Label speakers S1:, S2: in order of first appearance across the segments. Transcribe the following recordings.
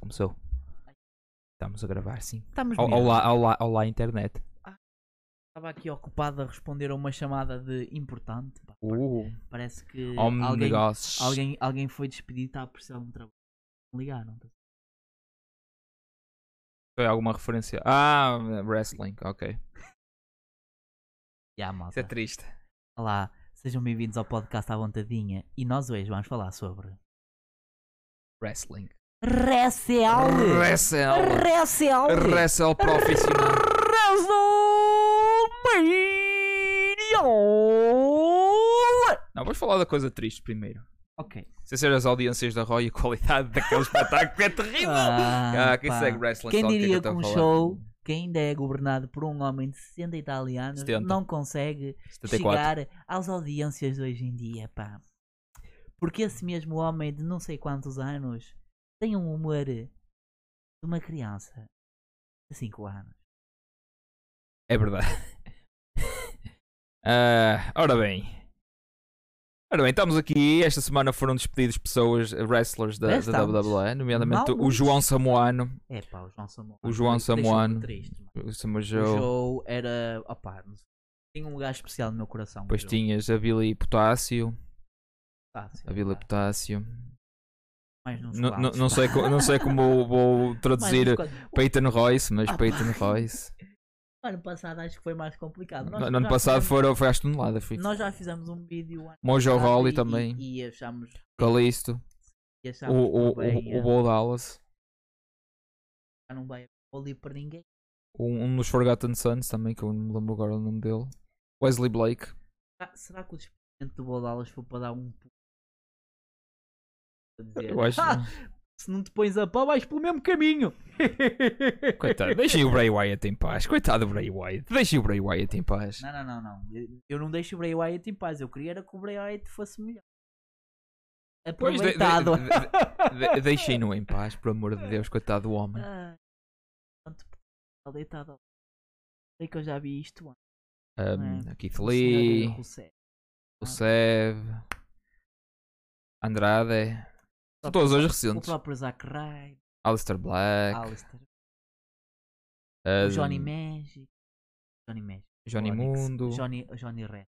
S1: Começou. Estamos a gravar, sim.
S2: Estamos
S1: Ol-
S2: mesmo.
S1: Olá, olá, olá, internet.
S2: Estava aqui ocupado a responder a uma chamada de importante. pá.
S1: Uh,
S2: Parece que
S1: Homem de
S2: alguém,
S1: negócios.
S2: alguém, alguém foi despedido e está a precisar de um trabalho. Ligaram. tá?
S1: Foi alguma referência? Ah, wrestling, ok.
S2: Ya,
S1: Isso
S2: malta.
S1: é triste.
S2: Olá, sejam bem-vindos ao podcast à vontadinha e nós hoje vamos falar sobre
S1: Wrestling.
S2: Recel!
S1: Wrestle.
S2: Recel!
S1: Wrestle profissional. Não, vamos falar da coisa triste primeiro.
S2: Ok.
S1: Sem ser as audiências da Roy e a qualidade daquele espetáculo é terrível.
S2: Ah,
S1: Ah, quem
S2: pá.
S1: segue wrestling
S2: Quem
S1: sabe o que é que
S2: diria
S1: eu
S2: que
S1: estou
S2: um
S1: a falar.
S2: show que ainda é governado por um homem de 60 italianos
S1: 70.
S2: não consegue
S1: 74.
S2: chegar às audiências de hoje em dia, pá. Porque esse mesmo homem de não sei quantos anos tem um humor de uma criança de 5 anos.
S1: É verdade. Ah, ora bem. Ora bem, estamos aqui. Esta semana foram despedidos pessoas, wrestlers da, da
S2: Estamos.
S1: WWE, nomeadamente o
S2: Malucos.
S1: João Samoano.
S2: É pá, o João Samuano.
S1: O João
S2: deixou-me
S1: Samuano.
S2: triste, mano.
S1: O Samoa
S2: O
S1: Joe.
S2: Joe era. Opá, não sei. Tem um lugar especial no meu coração. o
S1: Depois
S2: Joe.
S1: tinhas a Billy Potássio.
S2: Pá, sei
S1: A Billy
S2: lá,
S1: Potássio.
S2: mais uns
S1: Não- Não
S2: quantos,
S1: não
S2: pá.
S1: sei, co- não sei como vou
S2: Mais
S1: traduzir
S2: uns quantos.
S1: Peyton Royce, mas
S2: Ah,
S1: Peyton
S2: pá.
S1: Royce.
S2: O ano passado acho que foi mais complicado.
S1: No
S2: Nós
S1: ano
S2: já
S1: passado
S2: fizemos-
S1: foram, foi às toneladas. Fui.
S2: Nós já fizemos um vídeo. ano
S1: Mojo
S2: passado
S1: Rawley
S2: e-
S1: também.
S2: E, e achamos.
S1: Calisto.
S2: E
S1: O,
S2: achamos
S1: o,
S2: que bem,
S1: o,
S2: eh,
S1: o Bo Dallas.
S2: já não vai ali para ninguém.
S1: Um, um dos Forgotten Sons também, que eu não me lembro agora o nome dele. Wesley Blake.
S2: Será, será que o experimento do Bodalas foi para dar um. pu- Vou dizer,
S1: Eu acho.
S2: "Ah, se não te pões a pau, vais pelo mesmo caminho.
S1: Coitado, deixem o Bray Wyatt em paz. Coitado do Bray Wyatt. Deixem o Bray Wyatt em paz.
S2: Não, não, não, não. Eu- Eu não deixo o Bray Wyatt em paz. Eu queria era que o Bray Wyatt fosse melhor.
S1: Pois, de- de-
S2: Aproveitado.
S1: De- Deixem-no em paz, por amor de Deus, coitado do homem.
S2: Ah, Pronto, está deitado. Sei que eu já vi isto antes.
S1: Um, Keith
S2: o é. senhor
S1: Lee,
S2: Rousseff.
S1: o Sev, Andrade. São todos hoje
S2: O
S1: recentes.
S2: próprio Zack Ryder,
S1: Alistair Black,
S2: Alistair,
S1: um,
S2: o Johnny Magic. Johnny Magic.
S1: Johnny
S2: Onyx,
S1: Mundo.
S2: Johnny, Johnny Red.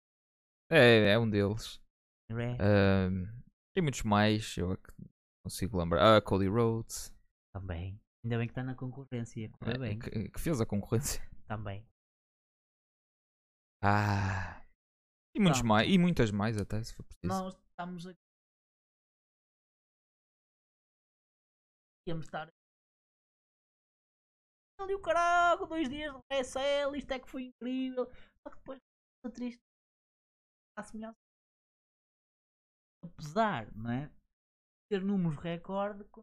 S1: É, é um deles.
S2: Red.
S1: Um, tem muitos mais, eu ac- consigo lembrar. Ah, Cody Rhodes,
S2: Também. Ainda bem que está na concorrência. Ainda
S1: eh,
S2: bem.
S1: que, que fez a concorrência.
S2: Também.
S1: Ah, e, muitos
S2: Tá.
S1: mais, e muitas mais até, se for preciso.
S2: Nós estamos aqui. Íamos estar. Ali o caralho, dois dias de PSL, isto é que foi incrível. Só que depois estou triste. A semelhança. Apesar, não é? Ter números recorde. Com...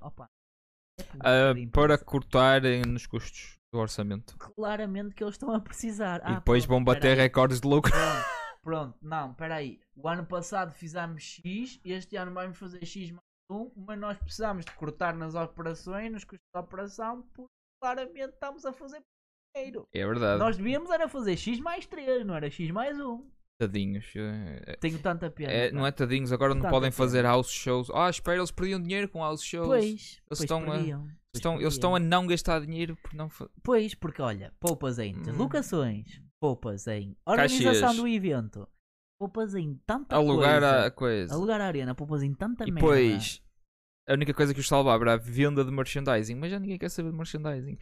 S2: Opa. é
S1: Ah,
S2: publicidade
S1: para
S2: imprensa.
S1: cortarem nos custos do orçamento.
S2: claramente que eles estão a precisar. Ah,
S1: e depois vão bater
S2: recorde.
S1: recordes de lucro.
S2: Pronto, pronto, não, peraí. O ano passado fizemos X, este ano vamos fazer X mais um, mas nós precisamos de cortar nas operações, nos custos da operação, porque claramente estamos a fazer dinheiro.
S1: É verdade.
S2: Nós devíamos era fazer X mais 3, não era X mais 1.
S1: Tadinhos. eh,
S2: Tenho tanta pena.
S1: é, não é tadinhos, agora não
S2: Tanta
S1: podem
S2: pena.
S1: fazer house shows. Ah, espera, eles perdiam dinheiro com house shows.
S2: tá, Pois, pois
S1: estão a-
S2: perdiam, pois
S1: Estão, eles estão
S2: perdiam.
S1: a não gastar dinheiro por não fa-
S2: Pois, porque olha, poupas em
S1: Hum.
S2: deslocações, poupas em organização
S1: Caxias.
S2: do evento, poupas em tanta
S1: alugar
S2: coisa.
S1: a coisa.
S2: Alugar a é arena, poupas em tanta
S1: E
S2: merda.
S1: depois, a única coisa que os salvava era a venda de merchandising. Mas já ninguém quer saber de merchandising.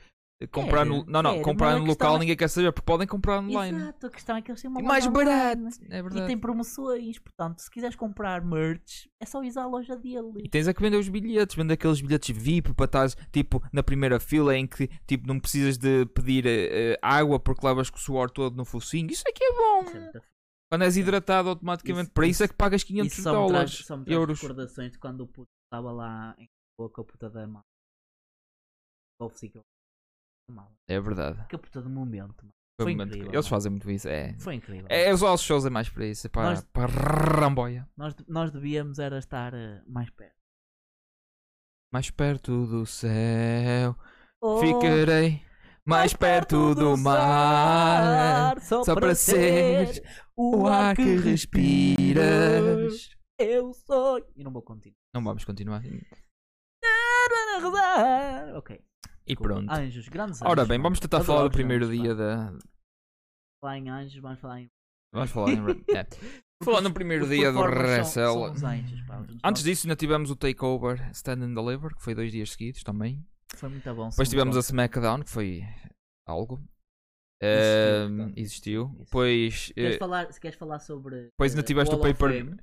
S1: Comprar
S2: Quer,
S1: no, não, não,
S2: quer,
S1: comprar
S2: mas a
S1: no
S2: questão
S1: local
S2: é-
S1: ninguém quer saber, porque podem comprar online.
S2: Exato, a questão é que eles têm uma
S1: E mais
S2: loja
S1: barato.
S2: online.
S1: É
S2: E
S1: verdade.
S2: tem promoções, portanto, se quiseres comprar merch, é só ir à loja dele.
S1: E tens a que vender os bilhetes, vender aqueles bilhetes VIP para estás tipo na primeira fila em que tipo não precisas de pedir eh, eh, água porque levas com o suor todo no focinho. Isso é que é bom. Quando és hidratado automaticamente,
S2: Isso-
S1: para isso é que pagas 500
S2: Isso só me traz,
S1: dólares,
S2: só me traz
S1: euros.
S2: recordações de quando o puto estava lá em boca, a puta da mala. Ou física. Mala.
S1: É verdade.
S2: Que puta de momento, mano.
S1: Foi
S2: Foi
S1: um momento que-
S2: incrível,
S1: Eles
S2: mano.
S1: fazem muito isso. É.
S2: Foi incrível.
S1: É, os nossos shows é mais para isso, é para,
S2: Nós-
S1: para ramboia.
S2: Nós, nós devíamos era estar eh, mais perto.
S1: Mais perto do céu
S2: Oh,
S1: ficarei, mais perto do mar.
S2: mar, só,
S1: Só para seres o ar que respiras.
S2: Eu sou. E não vou continuar.
S1: Não vamos continuar.
S2: rezar, rezar. Ok.
S1: E pronto.
S2: Anjos, grandes anjos.
S1: Ora bem, vamos tentar
S2: Adoro
S1: falar do
S2: os
S1: primeiro
S2: anjos,
S1: dia da.
S2: Vamos falar em anjos, vamos falar em.
S1: Vamos falar em. é. Falar no primeiro
S2: Os
S1: dia do
S2: performers são-
S1: Wrestle.
S2: são os anjos, pá. Os-
S1: Antes disso, ainda tivemos o Takeover Stand and Deliver, que foi dois dias seguidos também.
S2: Foi muito bom.
S1: Depois tivemos a SmackDown, que foi algo.
S2: Existiu,
S1: Ahm,
S2: portanto.
S1: existiu.
S2: Existiu.
S1: Depois, eh,
S2: Queres falar, se queres falar sobre.
S1: depois ainda
S2: eh,
S1: tiveste o
S2: Wall of
S1: paper-
S2: Fame?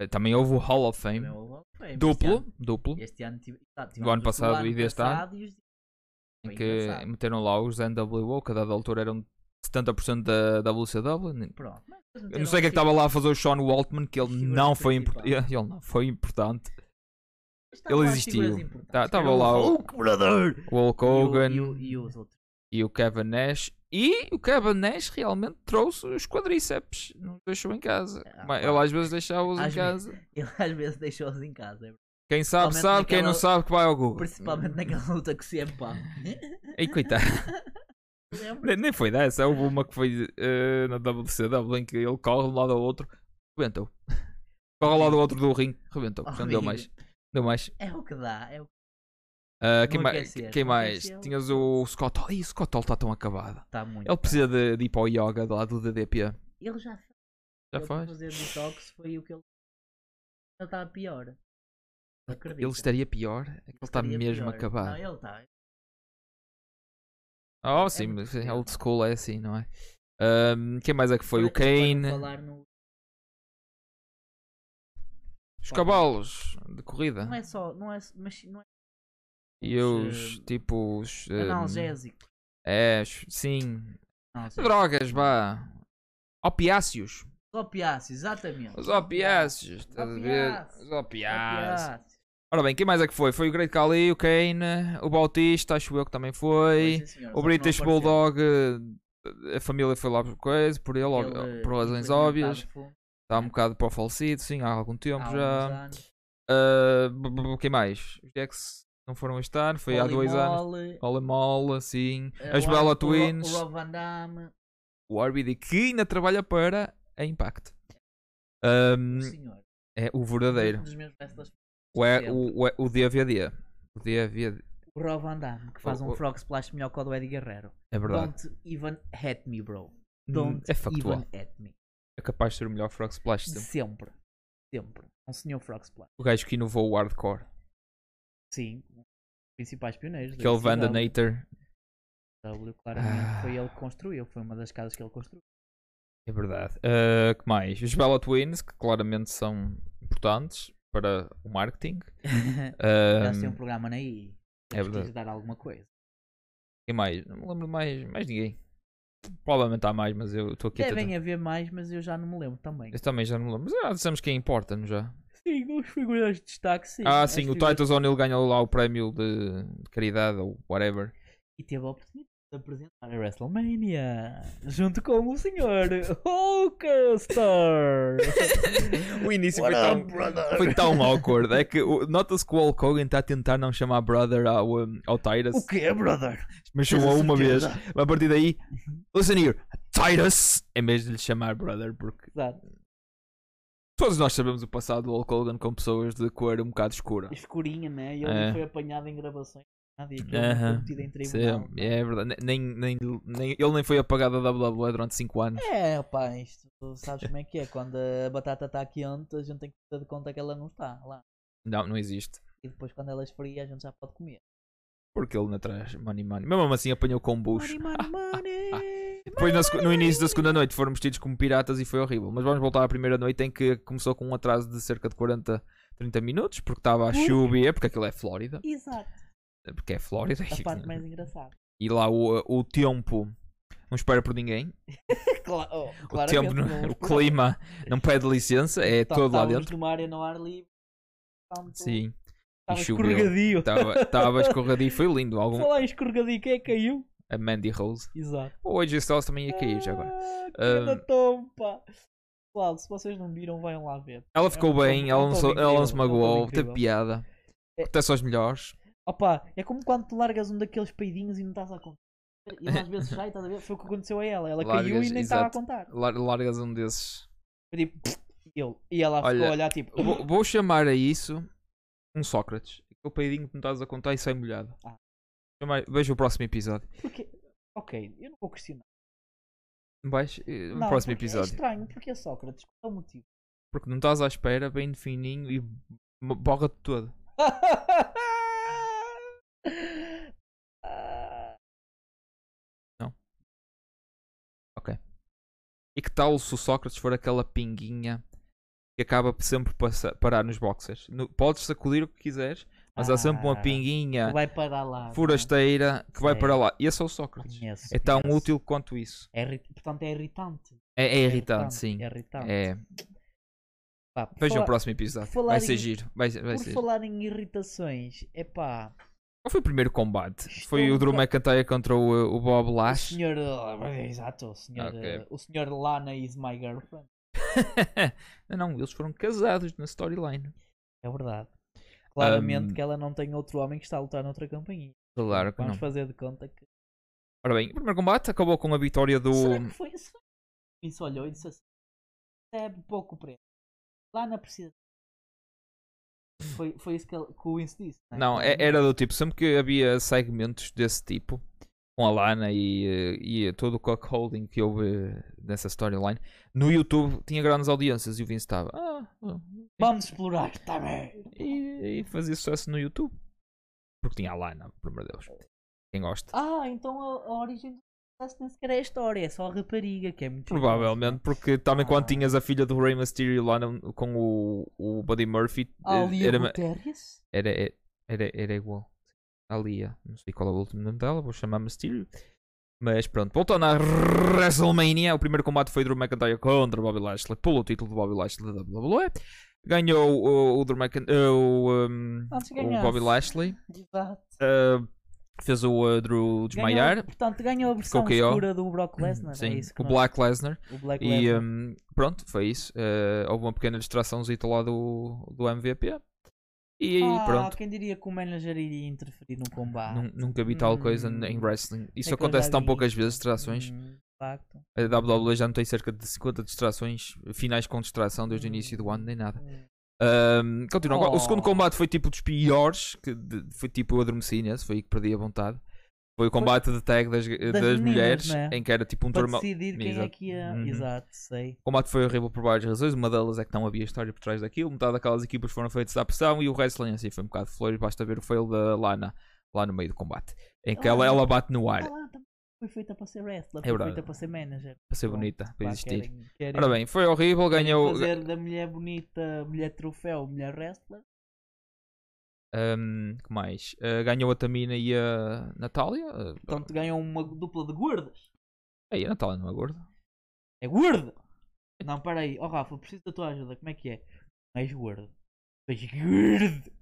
S1: eh, também houve o Hall of
S2: Também
S1: Fame.
S2: o Wall of Fame,
S1: Duplo,
S2: Este ano,
S1: duplo.
S2: este ano tive- tá, tivemos
S1: Do ano
S2: os
S1: passado e deste ano.
S2: passado e os-
S1: Em
S2: Foi
S1: que
S2: engraçado.
S1: meteram lá os NWO, que a dada altura eram 70% da da WCW. nem-
S2: Pronto. Mas depois
S1: Eu
S2: meteram
S1: não sei o que é que
S2: assim,
S1: estava lá a fazer o Sean Waltman, que ele
S2: Figura
S1: não foi importante.
S2: principal.
S1: Ele não foi importante.
S2: mas estavam
S1: ele
S2: lá as figuras
S1: existiu.
S2: importantes,
S1: Tá-
S2: que era
S1: tava lá o-
S2: Hulk, brother,
S1: O Hulk
S2: e o-
S1: Hogan
S2: E, o- e os outros.
S1: e o Kevin Nash. E o Kevin Nash realmente trouxe os quadríceps. Não os deixou em casa.
S2: Ah,
S1: Mas
S2: pá.
S1: ele às vezes deixava-os em
S2: Às
S1: casa.
S2: Ele às vezes deixou-os em casa. é verdade.
S1: Quem sabe,
S2: Principalmente
S1: sabe. Quem não
S2: naquela-
S1: sabe, que vai ao Google.
S2: Principalmente naquela luta é com o CM Punk.
S1: Ei, coitado.
S2: Lembra?
S1: nem, nem foi dessa. Houve uma que foi eh, na WCW em que ele corre de um lado ao outro. Rebentou. Corre ao lado ao outro do ringue. Rebentou. Já não deu
S2: Oh, Horrível.
S1: mais. Deu mais.
S2: É o que dá. É o que
S1: Ah, quem,
S2: Não
S1: mais,
S2: aquecer,
S1: quem
S2: não
S1: mais?
S2: aqueceu.
S1: Tinhas o Scott Hall. Ih, o Scott Hall está tão acabado.
S2: está tá muito.
S1: Ele precisa de, de ir para o yoga lá do DDP.
S2: Ele tá já fez.
S1: Já
S2: ele
S1: faz?
S2: fazer detox foi o que ele. Ele está pior. Acredito.
S1: Ele estaria pior? É que Ele está mesmo acabado.
S2: Não, ele tá. está.
S1: Oh,
S2: é
S1: sim,
S2: muito
S1: mas
S2: pior,
S1: old
S2: não.
S1: school é assim, não é? Ahm, quem mais é que foi? O
S2: Podem
S1: Kane,
S2: falar no-
S1: os cavalos de corrida
S2: Não é só. Não é, mas não é
S1: e os
S2: eh,
S1: tipo os. ahm,
S2: analgésico.
S1: é, os- sim.
S2: Analgésico.
S1: Drogas, vá. Opiáceos.
S2: Os opiáceos, exatamente.
S1: Os opiáceos, estás a ver?
S2: Opiáceos.
S1: Os opiáceos. Ora bem, quem mais é que foi? Foi o Great Khali, o Kane, o Bautista, acho eu que também foi.
S2: Pois, sim, senhor,
S1: O
S2: só que não
S1: British
S2: apareceu.
S1: Bulldog, eh, a família foi lá por coisa, por ele, ó-
S2: Ele,
S1: por
S2: eh,
S1: razões
S2: foi
S1: óbvias.
S2: comentado por-
S1: Está um bocado para o falecido, sim, há algum
S2: há
S1: tempo
S2: alguns
S1: já.
S2: anos.
S1: Ah, b- b- quem mais? Os Jacks não foram este ano, foi há
S2: Oli
S1: dois anos.
S2: Mole,
S1: Olemol, sim.
S2: eh,
S1: As
S2: o-
S1: Bella
S2: o-
S1: Twins,
S2: O Rob Van Damme.
S1: o RBD, que ainda trabalha para a Impact. Ahm,
S2: O senhor.
S1: é o
S2: Um
S1: verdadeiro.
S2: dos meus wrestlers.
S1: O, é- o, o, é- o DVD. O DVD.
S2: O Rob Van Damme, que faz
S1: O- o-
S2: um frog splash melhor que o do Eddie Guerrero.
S1: É verdade.
S2: Don't even hate me, bro.
S1: Hum,
S2: Don't
S1: É factual. um-
S2: even hate me.
S1: É capaz de ser o melhor Frog Splash. de sempre.
S2: Sempre. Sempre. Um senhor frog splash.
S1: O gajo que inovou o hardcore.
S2: Sim. um dos Principais pioneiros. da
S1: Aquele Vanda
S2: ECW.
S1: Nater.
S2: W, claramente
S1: Ah.
S2: foi ele que construiu, foi uma das casas que ele construiu.
S1: É verdade. Ah, que mais? Os Bella Twins, que claramente são importantes para o marketing. Ah,
S2: Eles têm um programa na I.
S1: é
S2: Temos que
S1: verdade.
S2: lhes dar alguma coisa.
S1: Quem mais? Não me lembro de mais, mais ninguém. Provavelmente há mais, mas eu estou aqui a tentar.
S2: Devem haver mais, mas eu já não me lembro também.
S1: Eu também já não me lembro. Mas já dissemos quem importa, não já?
S2: Sim, os figuras de destaque, sim.
S1: ah,
S2: As
S1: sim, o
S2: figuras-
S1: Titus O'Neill ganhou lá o prémio de, de caridade ou whatever.
S2: E teve a oportunidade de apresentar a WrestleMania junto com o senhor Hulkster.
S1: O início
S2: What
S1: foi
S2: up,
S1: tão,
S2: brother?
S1: foi tão awkward. É que o- nota-se que o Hulk Hogan está a tentar não chamar brother ao, um, ao Titus,
S2: o que é, brother?
S1: mas chamou uma vez. A partir daí, listen here, Titus, em vez de lhe chamar brother, porque
S2: Exato.
S1: todos nós sabemos o passado do Hulk Hogan com pessoas de cor um bocado escura.
S2: Escurinha, né? E ele
S1: É.
S2: foi apanhado em gravações. Nada, e aquilo
S1: Aham.
S2: foi metido em
S1: Sim,
S2: tribunal.
S1: é verdade. Nem, nem, nem- ele nem foi apagado da WWE durante 5 anos.
S2: É, pá, isto, tu sabes como é que é? Quando a batata está quente, a gente tem que ter de conta que ela não está lá.
S1: Não, não existe.
S2: E depois, quando ela esfria, a gente já pode comer.
S1: Porque ele na trás, money, money. Mesmo assim apanhou com bucho.
S2: Money, money, money.
S1: Depois na secu- no início da segunda noite foram vestidos como piratas e foi horrível. Mas vamos voltar à primeira noite em que começou com um atraso de cerca de 40, 30 minutos. Porque estava a chuva e é porque aquilo é Flórida.
S2: Exato.
S1: Porque é Flórida.
S2: A parte mais engraçada.
S1: E lá o, o tempo não espera por ninguém.
S2: Cla oh,
S1: O,
S2: claramente,
S1: tempo, não- é?
S2: não
S1: o
S2: esperava.
S1: clima não pede licença. É
S2: Tá-
S1: todo lá
S2: estávamos
S1: dentro.
S2: numa área no ar livre. estava muito-
S1: Sim.
S2: estava
S1: e choveu.
S2: escorregadio.
S1: Estava escorregadio e foi lindo. Algum,
S2: Falar em escorregadio, quem é que caiu?
S1: a Mandy Rose.
S2: Exato.
S1: Ou a Styles também ia cair é já agora.
S2: Ah, que
S1: Ah,
S2: grande tom, pá. Pessoal, se vocês não viram, vão lá ver.
S1: Ela ficou
S2: um
S1: bem,
S2: tom-
S1: ela
S2: um
S1: não,
S2: tom
S1: se- ela não se
S2: incrível, é um tom
S1: magoou, teve
S2: incrível.
S1: piada.
S2: É.
S1: Até aos melhores.
S2: Opa, é como quando tu largas um daqueles peidinhos e não estás a contar. E ela às vezes sai, estás a ver? Foi o que aconteceu a ela. Ela caiu
S1: Largas,
S2: e nem estava a
S1: exato.
S2: contar.
S1: Lar- Largas um desses.
S2: Foi tipo, e ele. E ela
S1: Olha,
S2: ficou a olhar tipo.
S1: Vou, vou chamar a isso um Sócrates. o peidinho que me estás a contar e sai molhado.
S2: Ah.
S1: Chama- Veja o próximo episódio.
S2: Porque, ok, eu não vou questionar.
S1: Vais, eh, no
S2: Não,
S1: próximo
S2: porque É
S1: episódio.
S2: estranho, porque é Sócrates, qual é o motivo?
S1: Porque não estás à espera, bem fininho e mo- borra-te todo.
S2: Ah,
S1: E que tal se o Sócrates for aquela pinguinha que acaba sempre por passa- parar nos boxers? No- podes sacudir o que quiseres, mas há sempre um uma
S2: Ah,
S1: pinguinha
S2: vai para lá. é?
S1: forasteira que vai
S2: Sei.
S1: para lá. E esse é o
S2: não é?
S1: Sócrates.
S2: Conheço,
S1: É tão
S2: conheço.
S1: útil quanto isso.
S2: É irri- Portanto, é irritante.
S1: É, é irritante, sim.
S2: É irritante.
S1: É.
S2: Pá, por
S1: Vejam o
S2: falar-
S1: próximo episódio.
S2: falar
S1: Vai
S2: em-
S1: ser giro. Vai, vai
S2: Por
S1: ser.
S2: falar em irritações, é pá,
S1: Qual foi o primeiro combate?
S2: Estou
S1: Foi o
S2: muito-
S1: Drew McIntyre contra o, o Bob
S2: o
S1: Lash?
S2: um senhor. eh, Exato, o senhor, eh,
S1: Ok.
S2: o senhor Lana is my girlfriend.
S1: não, não, eles foram casados na storyline.
S2: É verdade. Claramente
S1: Ahm.
S2: que ela não tem outro homem que está a lutar noutra companhia.
S1: Hum. Claro que
S2: Vamos
S1: não.
S2: fazer de conta que.
S1: Ora bem, o primeiro combate acabou com a vitória do.
S2: Será que foi isso? Isso olhou e disse assim: recebe pouco preço. Lá na precisa. Foi, foi isso que, ele, que o Ince disse. é?
S1: Não, é-
S2: Claramente.
S1: era do tipo, sempre que havia segmentos desse tipo, com a Lana e, eh, e todo o cockholding que houve eh, nessa storyline, no YouTube tinha grandes audiências e o Vince estava. "Ah, ah,
S2: Vamos explorar, está bem.
S1: e, e fazia sucesso no YouTube. Porque tinha a Lana, pelo amor de Deus. Quem gosta.
S2: Ah, então a, a origem do sucesso nem sequer é a história, é só a rapariga, que é muito. curioso,
S1: Provavelmente,
S2: né?
S1: porque também quando
S2: Ah.
S1: tinhas a filha do Rey Mysterio lá no- com o, o Buddy Murphy,
S2: A
S1: eh,
S2: Lia
S1: era,
S2: Gutierrez?
S1: era, era, era igual. A Lia, não sei qual é o último nome dela, vou chamar Mysterio. Mas pronto, voltando à WrestleMania, o primeiro combate foi Drew McIntyre contra Bobby Lashley, pelo título de Bobby Lashley da WWE. Ganhou o, o Drew McIntyre, o, um,
S2: Antes
S1: o
S2: ganhasse.
S1: Bobby Lashley,
S2: Exato.
S1: uh, fez o uh, Drew desmaiar,
S2: Ganhou, portanto, ganhou a versão
S1: KO.
S2: escura do Brock Lesnar.
S1: Hum, Sim,
S2: é isso que
S1: o
S2: nós-
S1: Black Lesnar.
S2: o Black
S1: E
S2: Lesnar.
S1: hum, pronto, foi isso. Eh, houve uma pequena distraçãozinha lá do, do MVP. E
S2: ah,
S1: pronto.
S2: quem diria que o manager iria interferir no combate?
S1: nun- Nunca vi tal coisa
S2: Hum.
S1: em wrestling. Isso
S2: É que eu
S1: acontece
S2: já
S1: tão
S2: vi
S1: poucas
S2: isto.
S1: vezes, distrações.
S2: Hum, de facto.
S1: A WWE já não tem cerca de 50 distrações, finais com distração desde o início do
S2: Hum.
S1: ano, nem nada.
S2: Hum.
S1: Ahm, continua. agora. O segundo
S2: Oh.
S1: combate foi tipo dos piores, que de- foi tipo eu adormeci nesse, foi aí que perdi a vontade. Foi o combate de tag das, das,
S2: meninas,
S1: mulheres,
S2: né?
S1: em que era tipo um
S2: Para
S1: turma.
S2: decidir quem é
S1: Exato.
S2: que ia.
S1: Uhum.
S2: Exato, sei.
S1: O combate foi horrível por várias razões. Uma delas é que não havia história por trás daquilo. Metade daquelas equipas foram feitas à pressão e o wrestling assim foi um bocado flores. Basta ver o fail da Lana lá no meio do combate. Em que ela,
S2: Ah.
S1: ela bate no
S2: Ah,
S1: ar.
S2: lá, também foi feita para ser wrestler,
S1: É
S2: foi
S1: verdade.
S2: feita para ser manager.
S1: Para ser
S2: Pronto,
S1: bonita, para
S2: pá,
S1: existir.
S2: querem- querem-
S1: Ora bem, foi horrível.
S2: querem
S1: Ganhou.
S2: Fazer da mulher bonita, mulher troféu, mulher wrestler.
S1: Ahm, que mais? Ah, ganhou a Tamina e a Natália. Ah,
S2: Portanto, Então ganham uma dupla de gordas.
S1: aí, a Natália não é gorda.
S2: É gordo! Não, peraí. Oh, Rafa, preciso da tua ajuda. Como é que é? Não és gordo. Tu és gordo!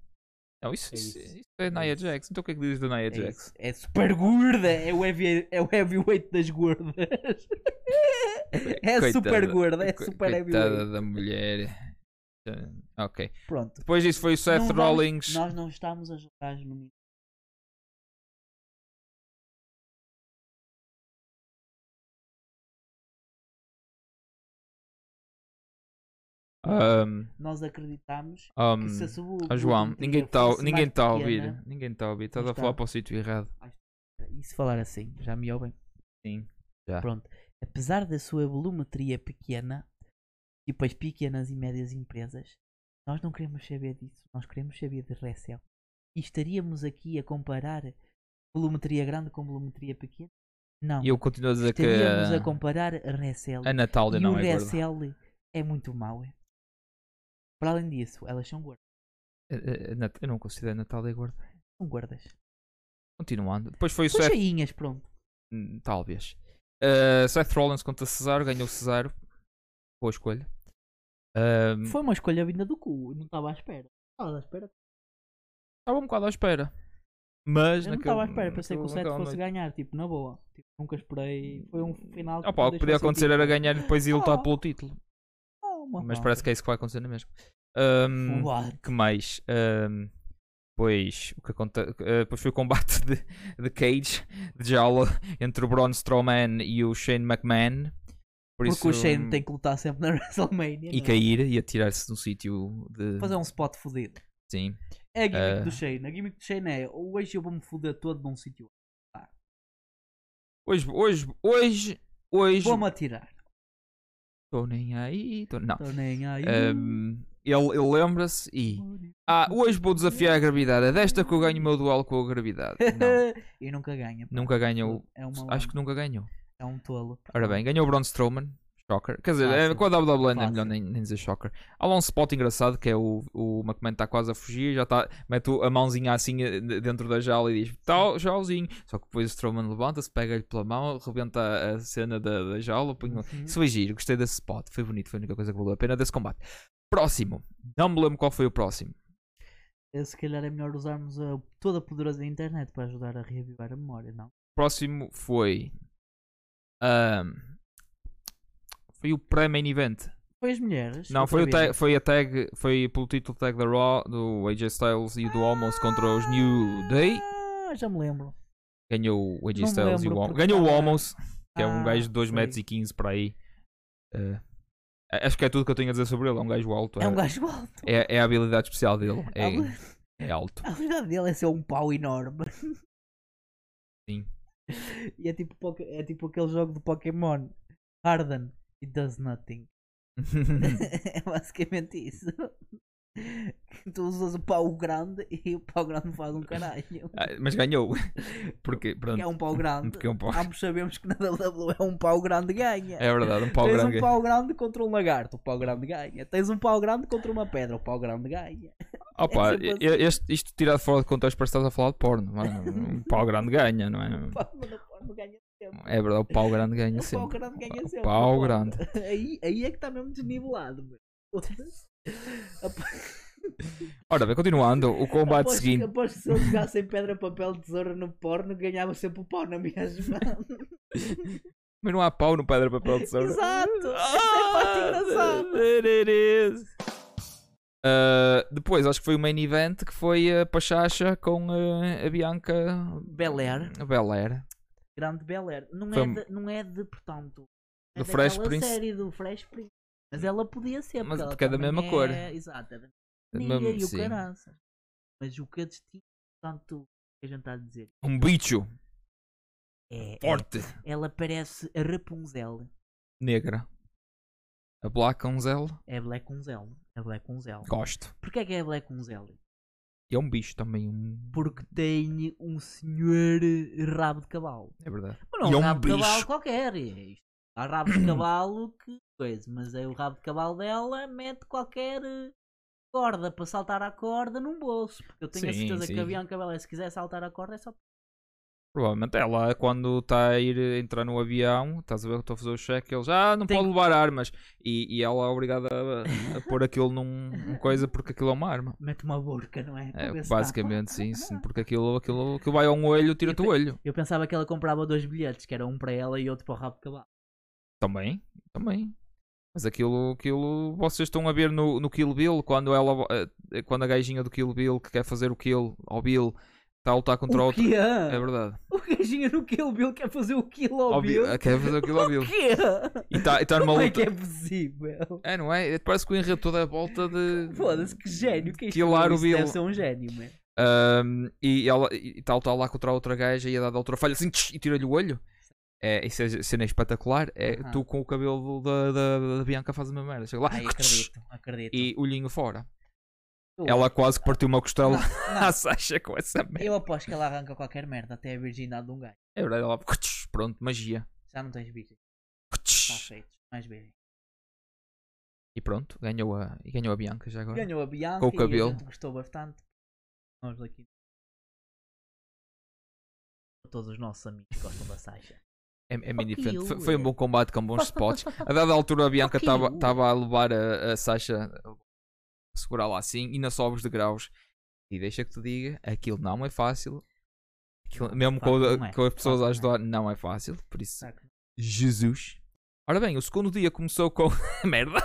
S1: Não, isso,
S2: É
S1: isso,
S2: isso.
S1: isso é Nia
S2: isso.
S1: Jax. Então o que é que dizes da Nia
S2: É,
S1: Jax?
S2: isso. É super gorda! É o, heavy, é o heavyweight das gordas! É
S1: Coitada-
S2: super gorda, é
S1: co-
S2: super heavyweight.
S1: Coitada da mulher. Ah, Ok.
S2: Pronto.
S1: Depois disso foi o Seth
S2: Não vamos-
S1: Rollins.
S2: Nós não estamos a jogar as meninas.
S1: Ahm,
S2: Nós acreditamos que
S1: ahm,
S2: se a sua
S1: Hum. Ó João,
S2: última
S1: ninguém está
S2: fosse
S1: ninguém
S2: um mais né?
S1: tá a
S2: pequena-
S1: ouvir. Ninguém está a ouvir. Estás a
S2: Está.
S1: falar para o sítio errado.
S2: E se falar assim, já me ouvem?
S1: Sim.
S2: Pronto. Apesar da sua volumetria pequena, tipo as pequenas e médias empresas, nós não queremos saber disso. Nós queremos saber de Recel. E estaríamos aqui a comparar volumetria grande com volumetria pequena? Não.
S1: E eu continuo a dizer que
S2: estaríamos a
S1: a,
S2: comparar a Recel.
S1: a Natália
S2: e o
S1: não é gorda.
S2: RSL é muito mau. é. Para além disso, elas são gordas.
S1: A- a- a Eh, Nat- Eu não considero a Natália gorda.
S2: São gordas.
S1: Continuando. Depois foi o
S2: São
S1: Seth.
S2: cheinhas, pronto.
S1: Hum, Talvez. Ah, Seth Rollins contra Cesaro. Ganhou Cesaro. Boa escolha. Ahm,
S2: Foi uma escolha vinda do cu. eu Não estava à espera. Estava à espera.
S1: Estava um bocado à espera. Mas
S2: Eu
S1: naquele-
S2: não estava à espera. Pensei que o
S1: naquela
S2: Seth
S1: noite-
S2: fosse ganhar, tipo, na boa. Tipo, nunca esperei. Foi um final.
S1: Ah, pá, o que podia acontecer era ganhar e depois ir lutar
S2: Oh.
S1: pelo título.
S2: Ah,
S1: Mas parece que hum, é isso que vai acontecer na mesma. Ahm,
S2: What?
S1: que mais? Ahm, pois, o que aconte... eh, pois foi o combate de, de cage, de jaula, entre o Braun Strowman e o Shane McMahon. Por hum,
S2: Porque o Shane tem que lutar sempre na WrestleMania.
S1: E
S2: não é?
S1: cair e atirar-se num sítio de...
S2: Fazer um spot fodido.
S1: Sim.
S2: É a gimmick
S1: Ah.
S2: do Shane. A gimmick do Shane é hoje eu vou-me foder todo num sítio.
S1: Hoje, hoje, hoje, hoje.
S2: Vou-me atirar.
S1: Estou nem aí. tô- Não. Hum,
S2: Tô nem aí.
S1: Ahm, ele ele lembra-se e. Ah, hoje vou desafiar a gravidade. É desta que eu ganho o meu duelo com a gravidade. Não,
S2: e nunca ganha. pá.
S1: nunca ganhou.
S2: É, uma
S1: Acho
S2: lama.
S1: que nunca ganhou.
S2: é um tolo. pá.
S1: Ora bem, ganhou o Braun Strowman. Shocker. Quer dizer,
S2: Fácil.
S1: é, com a WWE não é
S2: Ah, Fácil.
S1: melhor nem, nem dizer shocker. Há lá um spot engraçado que é o, o McMahon está quase a fugir, já está, mete o- a mãozinha assim eh, de- dentro da jaula e diz tal, jauzinho. Só que depois o Strowman levanta-se, pega-lhe pela mão, rebenta a- a cena da, da jaula. põe-
S2: Uhum.
S1: Isso foi giro, gostei desse spot, foi bonito, foi a única coisa que valeu a pena desse combate. Próximo, não me lembro qual foi o próximo.
S2: Eh, Se calhar é melhor usarmos a toda a poderosa internet para ajudar a reavivar a memória, não?
S1: Próximo foi. ahm, foi o pré-main event.
S2: Foi as mulheres.
S1: Não,
S2: outra
S1: foi, o
S2: vez.
S1: tag, foi a tag, foi pelo título tag da Raw, do AJ Styles e do Almost contra os New Day.
S2: Ah, já me lembro.
S1: Ganhou o AJ
S2: Não me
S1: Styles e
S2: lembro
S1: o Almost.
S2: porque
S1: Ganhou o
S2: tava-
S1: Almost, que é um
S2: Ah,
S1: gajo de 2
S2: foi.
S1: metros e 15 para aí. Eh, acho que é tudo que eu tenho a dizer sobre ele. É um gajo alto.
S2: É
S1: É,
S2: um gajo alto.
S1: é- é a habilidade especial dele.
S2: A
S1: É,
S2: habilidade-
S1: é alto.
S2: a habilidade dele é ser um pau enorme.
S1: Sim.
S2: E é tipo, poke- é tipo aquele jogo do Pokémon. Harden. It does nothing. é basicamente isso. Que tu usas o pau grande e o pau grande faz um caralho.
S1: Ah, Mas ganhou. Porque, pronto,
S2: É um pau grande.
S1: porque é um pau.
S2: Ambos sabemos que na WWE um pau grande ganha.
S1: É verdade, um pau
S2: Tens
S1: grande.
S2: um pau grande contra um lagarto, o pau grande ganha. Tens um pau grande contra uma pedra, o pau grande ganha.
S1: Opa,
S2: É sempre
S1: e- e- este, isto tirado fora de contexto parece que estás a falar de porno. mas Um pau grande ganha, não é?
S2: O pau, mas o pau não ganha sempre.
S1: É verdade, o pau grande ganha
S2: O pau
S1: sempre.
S2: grande ganha
S1: O
S2: sempre.
S1: pau
S2: não
S1: grande.
S2: importa. Aí, aí é que está mesmo desnivelado. meu. Foda-se. Apo-
S1: Ora bem, continuando, o combate
S2: aposto,
S1: seguinte.
S2: aposto que se eles jogassem pedra, papel, tesoura no porno, ganhava sempre o pau na mesma.
S1: Mas não há pau no pedra, papel, tesoura.
S2: Exato!
S1: é? Ah,
S2: Essa é a parte engraçada.
S1: there it is. Ah, depois, acho que foi o main event que foi a Pachacha com ah, a Bianca
S2: Belair.
S1: Belair.
S2: Grande Bel Air. Não,
S1: Foi-
S2: é de, não é de, portanto. É
S1: Do Fresh
S2: daquela
S1: Prince.
S2: série do Fresh Prince. Mas ela podia ser,
S1: Mas
S2: porque,
S1: porque é da
S2: ela também
S1: mesma cor.
S2: é- Exato, é da
S1: Mesmo
S2: mesma cor. E o
S1: assim.
S2: caraças. Mas o que a distingue, portanto, o que a gente está a dizer
S1: Um bicho
S2: é. é-
S1: forte,
S2: ela parece a Rapunzel.
S1: negra. A Black Onzel,
S2: É Black Unzel. É Black Unzel.
S1: gosto.
S2: Porquê é que é a Black Unzel?
S1: E é um bicho também. um-
S2: Porque tem um senhor rabo de cavalo.
S1: É verdade.
S2: Mas não
S1: E
S2: é
S1: é
S2: um
S1: um
S2: rabo de cavalo
S1: bicho.
S2: qualquer. é isto. Há rabo de cavalo que coisa, mas é o rabo de cavalo dela mete qualquer eh, corda para saltar a corda num bolso. Porque eu tenho a
S1: Sim,
S2: certeza que a
S1: sim.
S2: Bianca Belair, se quiser saltar a corda, é só.
S1: Provavelmente ela, quando está a ir eh, entrar no avião, estás a ver que estou a fazer o cheque, eles ah, não
S2: Tem-
S1: pode levar armas. E, e ela é obrigada a, a pôr aquilo num, num coisa porque aquilo é uma arma.
S2: Mete uma burca, não é?
S1: É,
S2: Para ver se dá.
S1: basicamente, sim, sim, porque aquilo, aquilo, aquilo vai a um olho, tira-te o olho.
S2: Eu pensava que ela comprava dois bilhetes, que era um para ela e outro para o rabo de cavalo.
S1: Também, também. Mas aquilo, aquilo vocês estão a ver no, no Kill Bill, quando, ela, eh, quando a gajinha do Kill Bill que quer fazer o kill ao Bill está a lutar contra
S2: o
S1: outro.
S2: quê?
S1: É verdade.
S2: O gajinho no Kill Bill quer fazer o Kill ao
S1: Ao
S2: Bill?
S1: Bill- Quer fazer o kill ao Bill.
S2: O quê?
S1: E está tá numa
S2: Como é
S1: luta.
S2: que é possível?
S1: É, não é? Parece que o enredo toda a volta de.
S2: Foda-se, que gênio. Que é
S1: Killar o Bill.
S2: Deve ser um gênio, man.
S1: Ahm, e ela e tal, tal lá contra a outra gaja e a dada outra falha assim tch, e tira-lhe o olho. É, isso é cena espetacular. É,
S2: Aham.
S1: Tu com o cabelo da, da, da Bianca faz uma merda. Chega lá
S2: Ai, acredito, acredito.
S1: e olhinho fora.
S2: Eu
S1: Ela quase que partiu uma costela
S2: Não, não.
S1: à Sasha com essa merda.
S2: Eu aposto que ela arranca qualquer merda, até a virgindade de um gajo.
S1: É verdade, ela pronto, magia.
S2: Já não tens virgem, está Tá feito. Mais virgem.
S1: E pronto, ganhou a, e ganhou a Bianca já agora.
S2: Ganhou a Bianca
S1: Com o cabelo.
S2: e a gente gostou bastante. Nós daqui. Todos os nossos amigos gostam da Sasha.
S1: É, é meio
S2: Fuck
S1: diferente.
S2: you,
S1: Foi, foi um
S2: é.
S1: bom combate com bons spots. A dada altura a Bianca
S2: Fuck you.
S1: estava a levar a, a Sasha a segurá-la assim e na sobres de graus. E deixa que te diga, aquilo não é fácil. Aquilo- mesmo
S2: facto,
S1: com, o-
S2: não é.
S1: com as pessoas
S2: Facto,
S1: a
S2: não
S1: ajudar, não é fácil. Por isso,
S2: Saca.
S1: Jesus. Ora bem, o segundo dia começou com. Merda!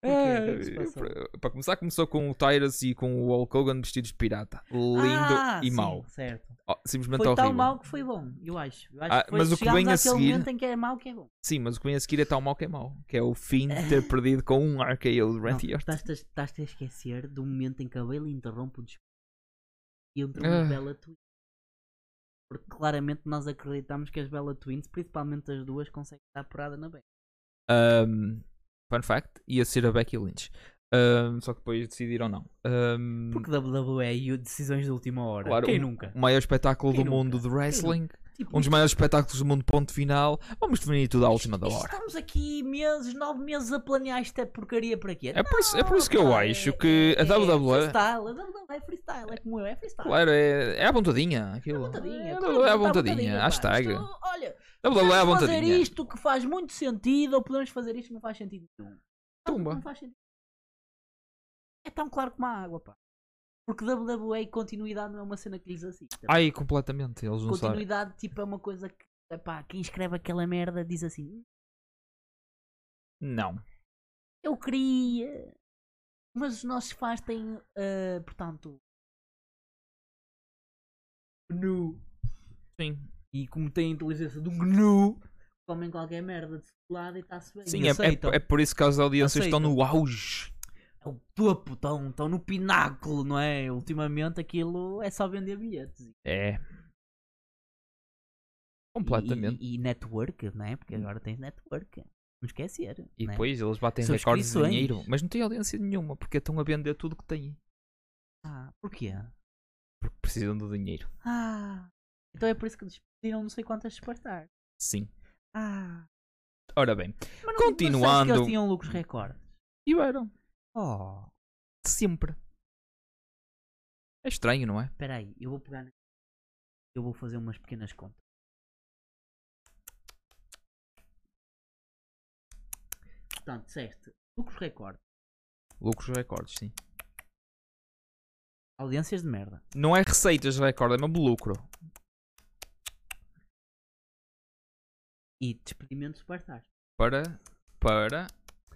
S2: Porquê? O que é que se passou?
S1: para- para começar, começou com o Tyrus e com o Hulk Hogan vestidos de pirata. Lindo
S2: Ah,
S1: e
S2: sim,
S1: mau.
S2: Certo.
S1: Oh, simplesmente
S2: Foi
S1: horrível.
S2: tão mau que foi bom, eu acho. Eu acho
S1: Ah,
S2: que foi,
S1: mas o que
S2: chegámos
S1: vem a
S2: àquele
S1: seguir-
S2: momento em que é mau que é bom.
S1: Sim, mas o que vem a seguir é tão mau que é mau. Que é o fim de ter perdido com um RKO de Randy Orton.
S2: Estás-te a, estás-te a esquecer do momento em que a Bailey interrompe o discurso e entra
S1: Ah.
S2: uma Bella Twins. Porque claramente nós acreditamos que as Bella Twins, principalmente as duas, conseguem estar apurada na Bailey.
S1: Um, fun fact, ia ser a Becky Lynch. Um, só que depois decidiram não. Um,
S2: Porque WWE e o- decisões de última hora.
S1: Claro,
S2: Quem
S1: um-
S2: nunca?
S1: o maior espetáculo
S2: Quem
S1: do
S2: nunca?
S1: mundo de wrestling,
S2: Tipo,
S1: um dos maiores espetáculos do mundo, ponto final. Vamos definir tudo à última da hora.
S2: Estamos aqui meses, nove meses a planear esta porcaria para quê?
S1: É por isso, é por isso que eu
S2: Não,
S1: acho
S2: é-
S1: que a
S2: é
S1: WWE.
S2: freestyle, a WWE é freestyle, é como eu, é freestyle.
S1: Claro, é, é a vontadinha. Aquilo.
S2: Vontadinha,
S1: a
S2: claro,
S1: WWE é a
S2: dá
S1: vontadinha.
S2: pá.
S1: Hashtag.
S2: Isto, olha,
S1: WWE é a
S2: podemos fazer
S1: vontadinha.
S2: isto que faz muito sentido ou podemos fazer isto que não faz sentido nenhum. Não
S1: Tumba.
S2: faz sentido. É tão claro como a água, pá. Porque WWE continuidade não é uma cena que lhes assista.
S1: Ai, completamente. Eles não sabem.
S2: continuidade, tipo, é uma coisa que, pá, quem escreve aquela merda diz assim,
S1: Não.
S2: eu queria... Mas os nossos fãs têm, ah, portanto... Nu.
S1: Sim.
S2: E como tem a inteligência de um gnu, comem qualquer merda de lado e está-se bem.
S1: Sim, é, é, é por isso que as audiências estão no auge.
S2: é o topo, estão, estão no pináculo, não é? Ultimamente aquilo é só vender bilhetes.
S1: É. Completamente. Hum.
S2: E, e- e network, não é? Porque agora tens network. Não esquecer.
S1: E,
S2: não é?
S1: depois eles batem recordes de
S2: Subscrições.
S1: dinheiro. Mas não tem audiência nenhuma, porque estão a vender tudo que têm.
S2: Ah, porquê?
S1: Porque precisam do dinheiro.
S2: Ah, então é por isso que despediram não sei quantas Spartar.
S1: Sim.
S2: Ah,
S1: Ora bem.
S2: mas não- não
S1: Continuando.
S2: sabes que eles tinham lucros recordes.
S1: E o eram.
S2: Oh,
S1: Sempre. É estranho, não é?
S2: espera aí, eu vou pegar. na- Eu vou fazer umas pequenas contas. Portanto, disseste lucros recordes,
S1: Lucros recordes, sim.
S2: audiências de merda.
S1: Não é receitas recorde, é mesmo lucro.
S2: e despedimentos partais.
S1: Para. Para.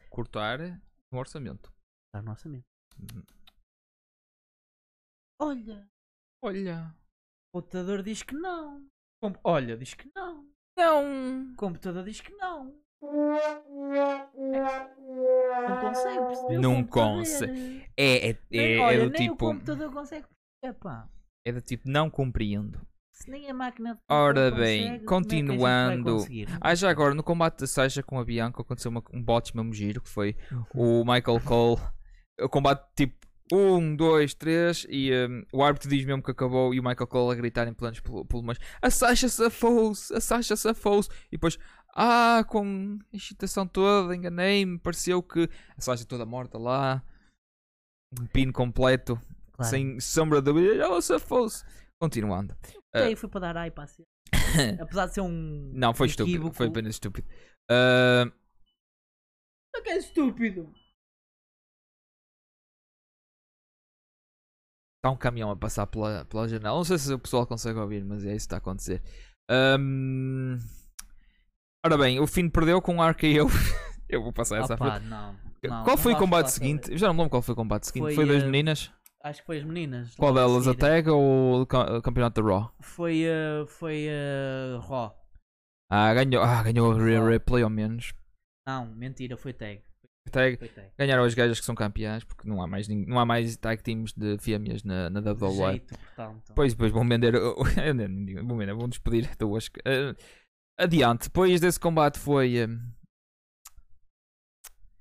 S1: Cortar no orçamento.
S2: Está no orçamento.
S1: Uhum.
S2: Olha,
S1: Olha.
S2: o computador diz que não. Com- Olha, diz que não.
S1: Não.
S2: O computador diz que não. Não consegue perceber. o
S1: Não
S2: computador.
S1: consegue. É, é, é,
S2: Nem-
S1: é
S2: olha,
S1: do
S2: nem o
S1: tipo.
S2: computador consegue perceber, pá.
S1: É do tipo, não compreendo.
S2: Se nem a máquina. de
S1: Ora
S2: computador
S1: bem,
S2: consegue, como é que a gente vai
S1: continuando.
S2: conseguir?
S1: Ah, já agora, no combate da Sasha com a Bianca aconteceu uma- um bote mesmo giro que foi
S2: Uhum.
S1: o Michael Cole. O combate tipo 1, 2, 3 e hum, o árbitro diz mesmo que acabou e o Michael Cole a gritar em planos pelo, pelo mas a Sasha safou-se, a Sasha safou-se e depois, ah, com a excitação toda, enganei-me, pareceu que a Sasha toda morta lá, um pino completo,
S2: Claro.
S1: sem sombra de dúvida, ela safou-se. Continuando.
S2: E aí foi para dar ai para ser. Apesar de ser um.
S1: ah, Não, foi estúpido,
S2: equívoco.
S1: foi apenas estúpido. Ah,
S2: Não que é estúpido.
S1: Está um caminhão a passar pela, pela janela. Não sei se o pessoal consegue ouvir, mas é isso que está a acontecer. Ahm, Ora bem, o Finn perdeu com um RKO. Eu vou passar essa à
S2: Opa,
S1: frente.
S2: não, não,
S1: qual
S2: não
S1: foi o
S2: vamos
S1: combate
S2: falar sobre
S1: seguinte?
S2: isso.
S1: Eu já não me lembro qual foi o combate seguinte. Foi,
S2: Foi,
S1: das
S2: eh,
S1: meninas?
S2: Acho que foi as meninas.
S1: Qual
S2: logo a
S1: delas? A
S2: seguir.
S1: tag ou o ca- o campeonato da Raw?
S2: Foi. eh, foi. eh, Raw.
S1: Ah, ganhou, ah, ganhou a Rhea
S2: Raw.
S1: Ripley ao menos.
S2: Não, mentira, foi tag.
S1: Tag.
S2: Foi tag.
S1: Ganharam as gajas que são campeãs, porque não há mais, nin- não há mais tag teams de fêmeas na, na
S2: De
S1: WWE.
S2: jeito, portanto.
S1: Pois, depois vão vender. o- eu nem digo, vão vender, vão despedir. Estou hoje. Ah, adiante, depois desse combate foi. eh,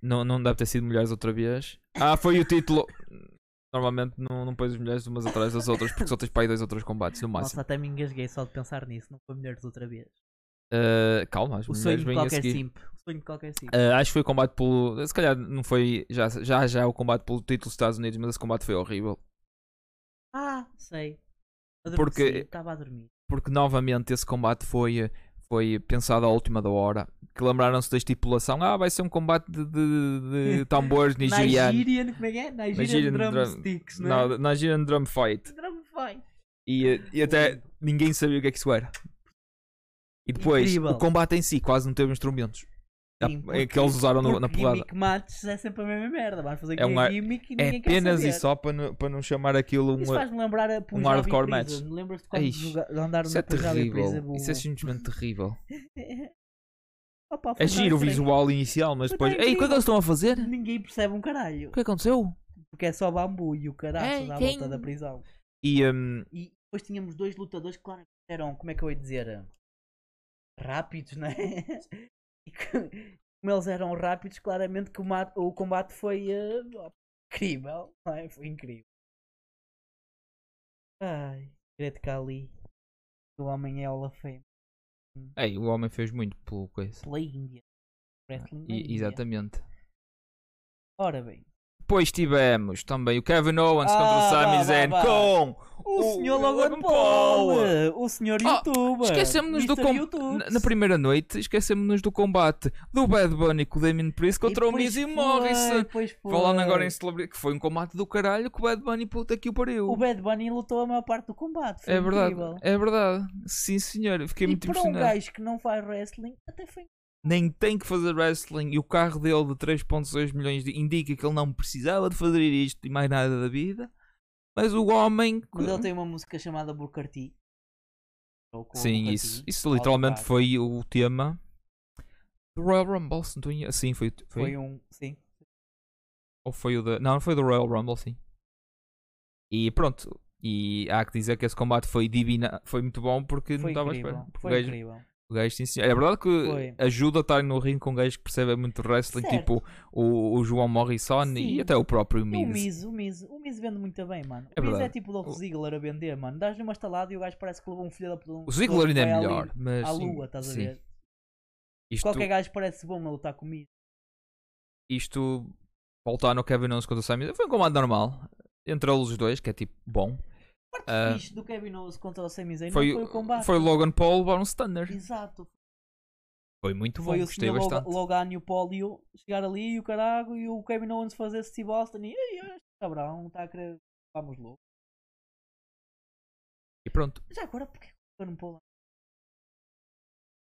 S1: não, não deve ter sido mulheres outra vez. Ah, foi o título. Normalmente não, não pões as mulheres umas atrás das outras, porque só tens para aí dois outros combates no máximo.
S2: Nossa, até me engasguei só de pensar nisso. Não foi mulheres outra vez.
S1: Eh, calma, as
S2: O
S1: mulheres
S2: sonho de
S1: vêm a
S2: qualquer
S1: seguir.
S2: simp. O sonho de qualquer simp.
S1: Eh, acho que foi o combate pelo. Se calhar não foi já, já, já é o combate pelo título dos Estados Unidos, mas esse combate foi horrível.
S2: Ah, sei.
S1: Porque-
S2: Estava a dormir.
S1: porque novamente esse combate foi, foi pensado à última da hora. Que lembraram-se da estipulação: ah, vai ser um combate de, de- de tambores nigerianos.
S2: Nigerian, como é que é? Nigerian
S1: Nigerian
S2: drum
S1: drum-
S2: sticks, não é?
S1: Não, Nigerian Drum Fight.
S2: Drum fight.
S1: E, e até ninguém sabia o que é que isso era. E depois,
S2: Incrível.
S1: o combate em si quase não teve instrumentos.
S2: Sim,
S1: É,
S2: porque-
S1: que eles usaram no- na
S2: Porque
S1: porrada.
S2: Gimmick mates é sempre a mesma merda. Vamos fazer
S1: É uma-
S2: aqui gimmick e
S1: É
S2: ninguém quer
S1: apenas
S2: saber.
S1: e só para não, para não chamar aquilo
S2: Isso
S1: uma. um
S2: faz-me lembrar a Punjabi
S1: hardcore
S2: Prison. Lembras-te quando
S1: Eish,
S2: joga- andaram
S1: Isso é
S2: no Punjabi
S1: terrível.
S2: Prison?
S1: Isso é simplesmente terrível.
S2: Opa, foi
S1: É giro o
S2: bem estranho.
S1: visual inicial, mas
S2: Foi
S1: depois. Ei, o que
S2: bem
S1: é que
S2: incrível.
S1: eles estão a fazer? O
S2: Ninguém percebe um caralho.
S1: que aconteceu?
S2: Porque é só bambu e o
S1: É,
S2: caralho dá à
S1: quem-
S2: volta da prisão.
S1: E hum,
S2: E depois tínhamos dois lutadores que claramente eram, como é que eu ia dizer? Rápidos, né? E que- como eles eram rápidos, claramente que o, ma- o combate foi eh, ó, incrível. não é? Foi incrível. Ai, Great Kali. O homem é Hall of Fame.
S1: ei, o homem fez muito pelo coisa.
S2: Pela Índia. Wrestling na
S1: E-
S2: Índia.
S1: exatamente.
S2: Ora bem.
S1: Depois tivemos também o Kevin Owens contra o
S2: Ah,
S1: Sami
S2: vá, vá,
S1: Zayn
S2: vá.
S1: com.
S2: O,
S1: O
S2: senhor
S1: Logan
S2: Logan
S1: Paul.
S2: Paul! O senhor
S1: Ah,
S2: youtuber!
S1: Esquecemos-nos do
S2: Mr.
S1: combate.
S2: YouTube.
S1: Na, na primeira noite, esquecemos-nos do combate do Bad Bunny com o Damien Priest contra o
S2: pois
S1: Miz e
S2: foi,
S1: Morrison.
S2: pois foi.
S1: Falando agora em celebridade, que foi um combate do caralho que o Bad Bunny puta que o pariu.
S2: O Bad Bunny lutou a maior parte do combate. Foi
S1: Tipo- É verdade,
S2: incrível.
S1: é verdade. Sim, senhor. Fiquei
S2: e
S1: muito
S2: para um
S1: impressionado.
S2: gajo que não faz wrestling, até foi.
S1: Nem tem que fazer wrestling e o carro dele de 3,6 milhões de- indica que ele não precisava de fazer isto e mais nada da vida. Mas o homem.
S2: Quando ele tem uma música chamada Booker T. Ou com
S1: Sim,
S2: Booker
S1: isso,
S2: T,
S1: isso
S2: ao
S1: literalmente
S2: tocar.
S1: foi o tema do Royal Rumble. Se não estou em- Sim, foi, foi.
S2: Foi, um. Sim.
S1: Ou foi o da. Não, foi do Royal Rumble, sim. E pronto. E há que dizer que esse combate foi divina. Foi muito bom porque não
S2: Foi
S1: estava à
S2: incrível.
S1: espera. Porque o
S2: Foi
S1: gajo,
S2: incrível.
S1: o gajo, sim, senhor. É verdade que
S2: Foi.
S1: ajuda a estar no ringue com um gajo que percebe muito de wrestling,
S2: Certo.
S1: tipo o, o João Morrison e
S2: Sim.
S1: até o próprio
S2: E O
S1: um Miz.
S2: Miz, o Miz, o Miz vende muito bem, mano.
S1: É
S2: o Miz é
S1: verdade.
S2: tipo o Dolph
S1: O-
S2: Ziggler a vender, mano. Dás-lhe uma estalada e o gajo parece que levou um filho da puta.
S1: O Ziggler ainda é
S2: Vai ali
S1: melhor, mas.
S2: À
S1: sim,
S2: lua, estás a
S1: sim.
S2: ver?
S1: Isto,
S2: Qualquer gajo parece bom a lutar comigo.
S1: isto voltar no Kevin Owens contra o Sami Zayn, foi um combate normal entre eles os dois, que é tipo bom.
S2: Parte
S1: Ah.
S2: fixe do Kevin Owens contra o Sami Zayn
S1: Foi,
S2: não foi o combate.
S1: foi Logan Paul levar um stunner.
S2: Exato.
S1: Foi muito bom,
S2: foi o
S1: gostei
S2: senhor Loga-
S1: bastante.
S2: Logan e o Polio chegar ali e o carago e o Kevin Owens fazer Steve Austin e "Ei, este cabrão está a querer. Vamos louco.
S1: E pronto.
S2: Já agora, porque que eu não pôr lá?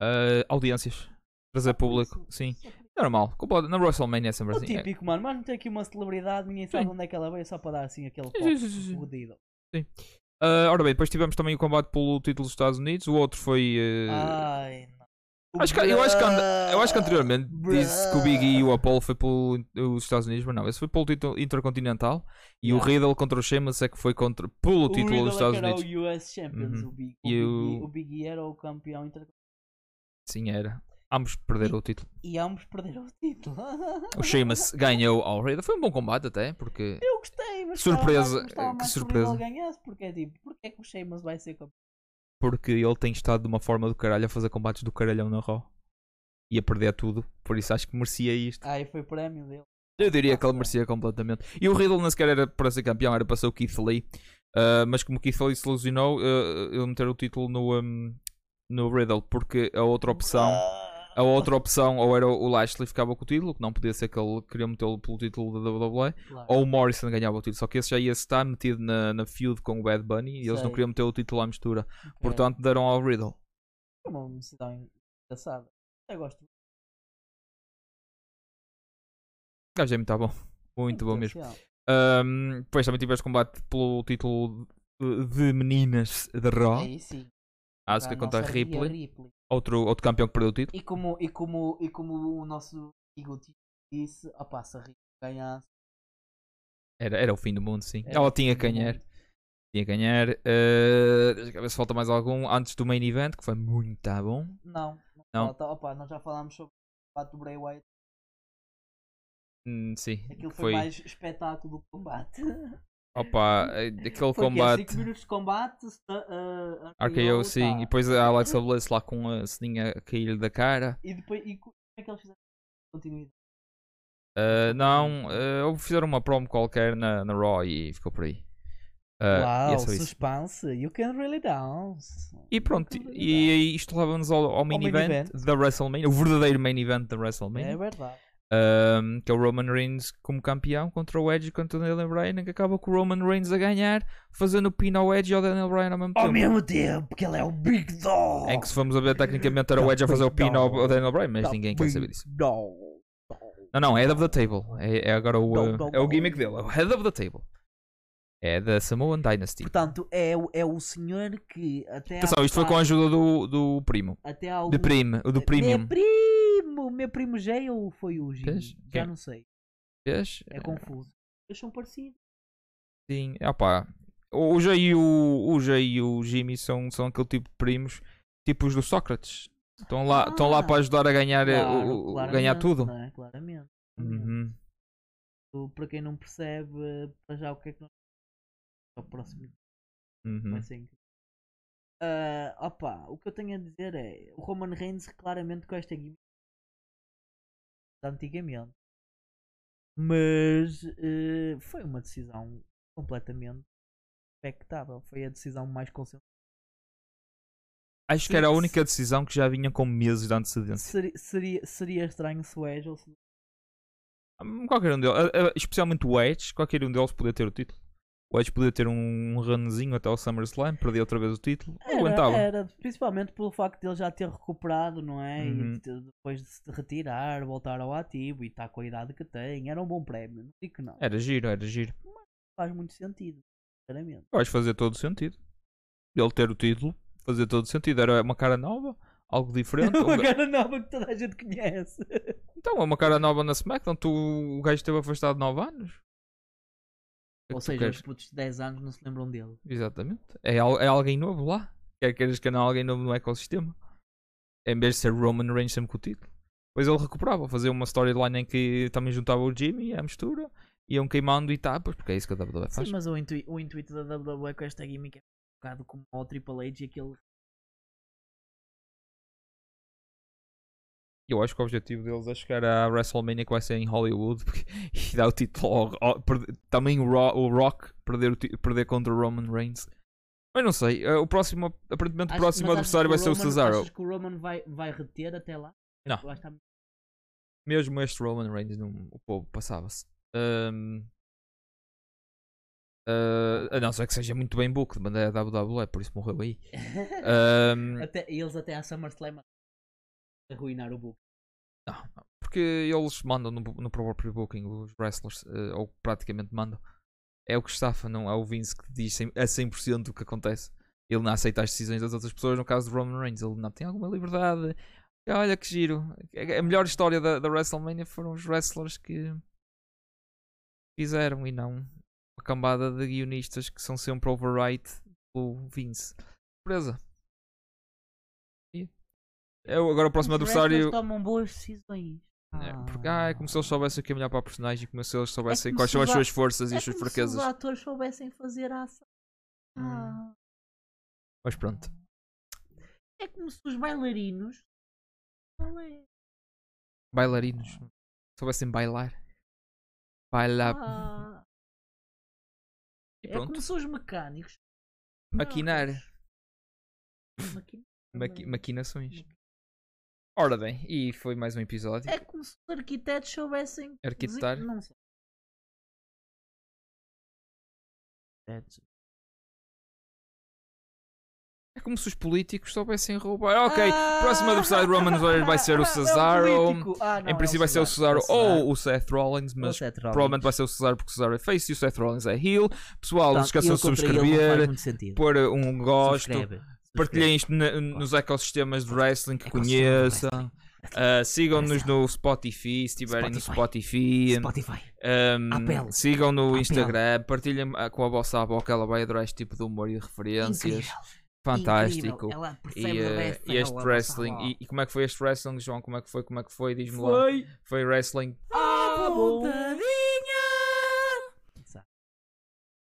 S1: Uh, audiências. Trazer público. Sim. É normal. Completa- Na WrestleMania é sempre
S2: Ah, O
S1: assim. É.
S2: típico, mano. Mas não tem aqui uma celebridade, ninguém sabe
S1: Sim.
S2: onde é que ela veio, só para dar assim aquele
S1: Sim, sim, sim,
S2: pop
S1: sim.
S2: fodido.
S1: Uh, ora bem, depois tivemos também o combate pelo título dos Estados Unidos. O outro foi. uh,
S2: Ai, não.
S1: acho que- eu acho que anda- Eu acho que anteriormente disse que o Big E e o Apollo foi pelos Estados Unidos, mas não, esse foi pelo título intercontinental. E o
S2: Yeah.
S1: Riddle contra o Sheamus é que foi contra, pelo
S2: O
S1: título
S2: Riddle
S1: dos
S2: é
S1: Estados
S2: que era
S1: Unidos.
S2: o US Champions,
S1: Uhum.
S2: o, Big,
S1: E
S2: o, Big,
S1: o-
S2: o Big E era o campeão inter...
S1: Sim, era. Ambos perderam o título.
S2: e ambos perderam o título.
S1: O Sheamus ganhou ao Riddle. Foi um bom combate até, porque.
S2: Eu gostei, mas
S1: Surpresa, eh,
S2: gostava
S1: que
S2: mais- gostava mais que o
S1: surpresa.
S2: Riddle ganhasse, porque é tipo, porque é que o Sheamus vai ser campeão?
S1: Porque ele tem estado de uma forma do caralho a fazer combates do caralhão na Raw. E a perder tudo. Por isso acho que merecia isto.
S2: Ah, e foi prémio dele.
S1: Eu diria que ele
S2: Claro.
S1: merecia completamente. E o Riddle nem sequer era para ser campeão, era para ser o Keith Lee. Ah, mas como o Keith Lee se ilusionou, ah, ele meter o título no, hum, no Riddle, porque a outra opção.
S2: Ah,
S1: A outra opção, ou era o Lashley ficava com o título, que não podia ser que ele queria metê-lo pelo título da WWE,
S2: claro.
S1: ou o Morrison ganhava o título. Só que esse já ia estar metido na, na feud com o Bad Bunny e eles não
S2: Sei.
S1: queriam meter o título à mistura.
S2: Ok.
S1: Portanto, deram ao Riddle.
S2: É, Foi uma decisão engraçada. Eu gosto.
S1: O gajo é muito bom. Muito bom mesmo.
S2: Potencial.
S1: Ahm, depois também tiveste combate pelo título de de meninas de Raw.
S2: Aí sim.
S1: Asuka
S2: a
S1: contra a
S2: nossa Rhea
S1: Ripley. Outro, outro campeão que perdeu o título.
S2: E como, e como, e como o nosso amigo Tito disse, opá, se a Ripley ganhasse.
S1: Era, era o fim do mundo, sim.
S2: era
S1: Ela
S2: o
S1: tinha
S2: fim
S1: que
S2: do
S1: ganhar.
S2: mundo.
S1: Tinha que ganhar. Ah, deixa eu ver se falta mais algum antes do main event, que foi muito tá bom.
S2: Não, não,
S1: Não.
S2: falta. Opá, nós já falámos sobre o combate do Bray Wyatt.
S1: Hum, sim.
S2: Aquilo foi,
S1: foi.
S2: mais espetáculo do que combate.
S1: Opa, eh, aquele
S2: Foi o é, quê?
S1: combate.
S2: 5 minutos de combate, sta- ah,
S1: RKO,
S2: tá.
S1: sim. E depois a Alexa Bliss lá com a ceninha a cair-lhe da cara.
S2: E depois, e co- como é que eles fizeram continuidade?
S1: Ah, não, ah, ou fizeram uma promo qualquer na, na Raw e ficou por aí. Ah, e é só isso.
S2: suspense, you can really dance.
S1: E pronto, e isto leva-nos ao, ao main
S2: main
S1: event
S2: event.
S1: da WrestleMania, o verdadeiro main event da WrestleMania.
S2: É verdade.
S1: Ahm, que é o Roman Reigns como campeão contra o Edge e contra o Daniel Bryan, em que acaba com o Roman Reigns a ganhar, fazendo o pin ao Edge e ao Daniel Bryan ao mesmo
S2: Ao
S1: tempo.
S2: mesmo tempo que ele é o Big Dog.
S1: Em É que se formos a ver, tecnicamente era o Edge a fazer o pin ao, ao Daniel Bryan,
S2: Tá
S1: mas ninguém quer saber disso.
S2: Dog.
S1: Não, não, Head of the Table. É, é agora o,
S2: Dom,
S1: uh,
S2: dom,
S1: é o
S2: dom.
S1: gimmick dele, é o Head of the Table. É da Samoan Dynasty.
S2: Portanto, é, o- é o senhor que até.
S1: Atenção,
S2: há-
S1: isto foi com a ajuda do, do primo.
S2: Até há
S1: De
S2: algum-
S1: prime, o do premium.
S2: Meu primo! Meu primo G ou foi o G?
S1: Vês?
S2: Já
S1: Quem?
S2: não sei.
S1: Vês?
S2: É confuso. Eles são parecidos.
S1: Sim, opá. O o Jay e o, o, Jay e o Jimmy são, são aquele tipo de primos, tipo os do Sócrates. Estão lá, estão lá
S2: Ah.
S1: para ajudar a ganhar, eh, o- o- ganhar
S2: claramente,
S1: tudo.
S2: não é? Claramente. claramente.
S1: Uhum.
S2: Tu, Para quem não percebe, eh, para já o que é que nós. Ao próximo
S1: uhum.
S2: vai ser incrível. Ah, opa, o que eu tenho a dizer é: o Roman Reigns claramente com esta gimmick de antigamente, mas eh, foi uma decisão completamente expectável. Foi a decisão mais consensual.
S1: Acho que era a única decisão que já vinha com meses de antecedência.
S2: Seria, seria, seria estranho se o Edge ou se...
S1: Hum, Qualquer um deles, eh, eh, especialmente o Edge, qualquer um deles podia ter o título. O Edge podia ter um runzinho até ao SummerSlam, perder outra vez o título.
S2: Era,
S1: aguentava.
S2: era, principalmente pelo facto de ele já ter recuperado, não é? E
S1: Uhum.
S2: de ter- depois de se retirar, voltar ao ativo e estar com a idade que tem, era um bom prémio. Não digo que não,
S1: Era giro, era giro.
S2: faz muito sentido, sinceramente.
S1: Vais fazer todo sentido. Ele ter o título, fazer todo sentido. Era uma cara nova, algo diferente. um
S2: Uma
S1: ga-
S2: cara nova que toda a gente conhece.
S1: Então, é uma cara nova na SmackDown. Tu, o gajo esteve afastado 9 anos. O que é
S2: Ou
S1: que tu
S2: seja,
S1: queres?
S2: os putos de 10 anos não se lembram dele.
S1: Exatamente. É, al- é alguém novo lá. Quer queiras que não, é alguém novo no ecossistema. Em vez de ser Roman Reigns sempre com o título. Pois ele recuperava, fazia uma storyline em que também juntava o Jimmy à mistura. Iam queimando etapas, porque é isso que a WWE faz.
S2: Sim, mas o, intui- o intuito da WWE com esta gimmick é um bocado como ao Triple H e aquele.
S1: Eu acho que o objetivo deles é chegar à WrestleMania que vai ser em Hollywood porque- e dar o título ao, ao- perde- também o, Ro- o Rock perder, o ti- perder contra o Roman Reigns. Mas não sei, eh, o próximo, aparentemente o
S2: Acho-
S1: próximo
S2: mas achas que
S1: adversário vai ser o
S2: Roman-
S1: Cesaro.
S2: Achas que o Roman vai, vai reter até lá?
S1: Não.
S2: Eu acho que está-
S1: Mesmo este Roman Reigns, não, o povo passava-se. Ahm. Ah, a não ser que seja muito bem book de bandeira da WWE, por isso morreu aí. Ah, Ahm,
S2: Até, eles até à SummerSlam arruinar o book.
S1: Não, não. porque eles mandam no, no próprio Booking, os wrestlers, eh, ou praticamente mandam. É o que estafa, não é o Vince que diz cem- a 100% o que acontece. Ele não aceita as decisões das outras pessoas. No caso de Roman Reigns, ele não tem alguma liberdade. Olha que giro. É, A a melhor história da, da WrestleMania foram os wrestlers que fizeram e não a cambada de guionistas que são sempre overwrite pelo Vince. Surpresa. E- Eu, agora o próximo
S2: Os
S1: adversário.
S2: wrestlers tomam boas decisões.
S1: É, porque ah, é como se eles soubessem o que é melhor para a personagem, como se eles soubessem quais
S2: É se
S1: são as
S2: os a-
S1: suas forças e
S2: É
S1: as suas
S2: como se os
S1: fraquezas.
S2: atores soubessem fazer a ação.
S1: Hum.
S2: Ah,
S1: Mas pronto.
S2: É como se os bailarinos. Olé.
S1: Bailarinos. Soubessem bailar. Bailar.
S2: Ah,
S1: e
S2: é
S1: pronto.
S2: como se os mecânicos.
S1: Maquinar.
S2: Maquinar.
S1: Maqui- maquinações. Ora bem, e foi mais um episódio.
S2: É como se os arquitetos soubessem. desen-
S1: Arquitetar.
S2: Não sei.
S1: É como se os políticos soubessem roubar. Ok,
S2: Ah!
S1: próximo adversário de Roman Reigns vai ser
S2: Ah,
S1: o
S2: é
S1: Cesaro.
S2: político. Ah, não, é
S1: Em
S2: o
S1: princípio vai ser o Cesaro ou o Seth Rollins,
S2: Ou o
S1: mas
S2: Seth Rollins.
S1: provavelmente vai ser o Cesaro porque o Cesaro é face e o Seth Rollins é heel. Pessoal, não
S2: Portanto,
S1: se esqueçam de
S2: ele contra ele não faz
S1: subscrever,
S2: muito sentido.
S1: pôr um gosto,
S2: Subscreve, É subscreve.
S1: Partilhem isto na- nos ecossistemas de wrestling que
S2: Ecossistema de
S1: conheçam. Ah, Sigam-nos no Spotify, se estiverem no Spotify.
S2: Spotify.
S1: Ahm,
S2: Apple.
S1: sigam no
S2: Apple.
S1: Instagram. Partilhem ah, com a vossa avó que ela vai adorar este tipo de humor e de referências.
S2: Incrível,
S1: Fantástico.
S2: incrível. Ela
S1: E,
S2: percebe
S1: ah,
S2: wrestling,
S1: e este
S2: ela
S1: wrestling.
S2: passa lá.
S1: E, e como é que foi este wrestling, João? Como é que foi? Como é que foi? Diz-me lá.
S2: Foi
S1: Foi wrestling.
S2: à vontade.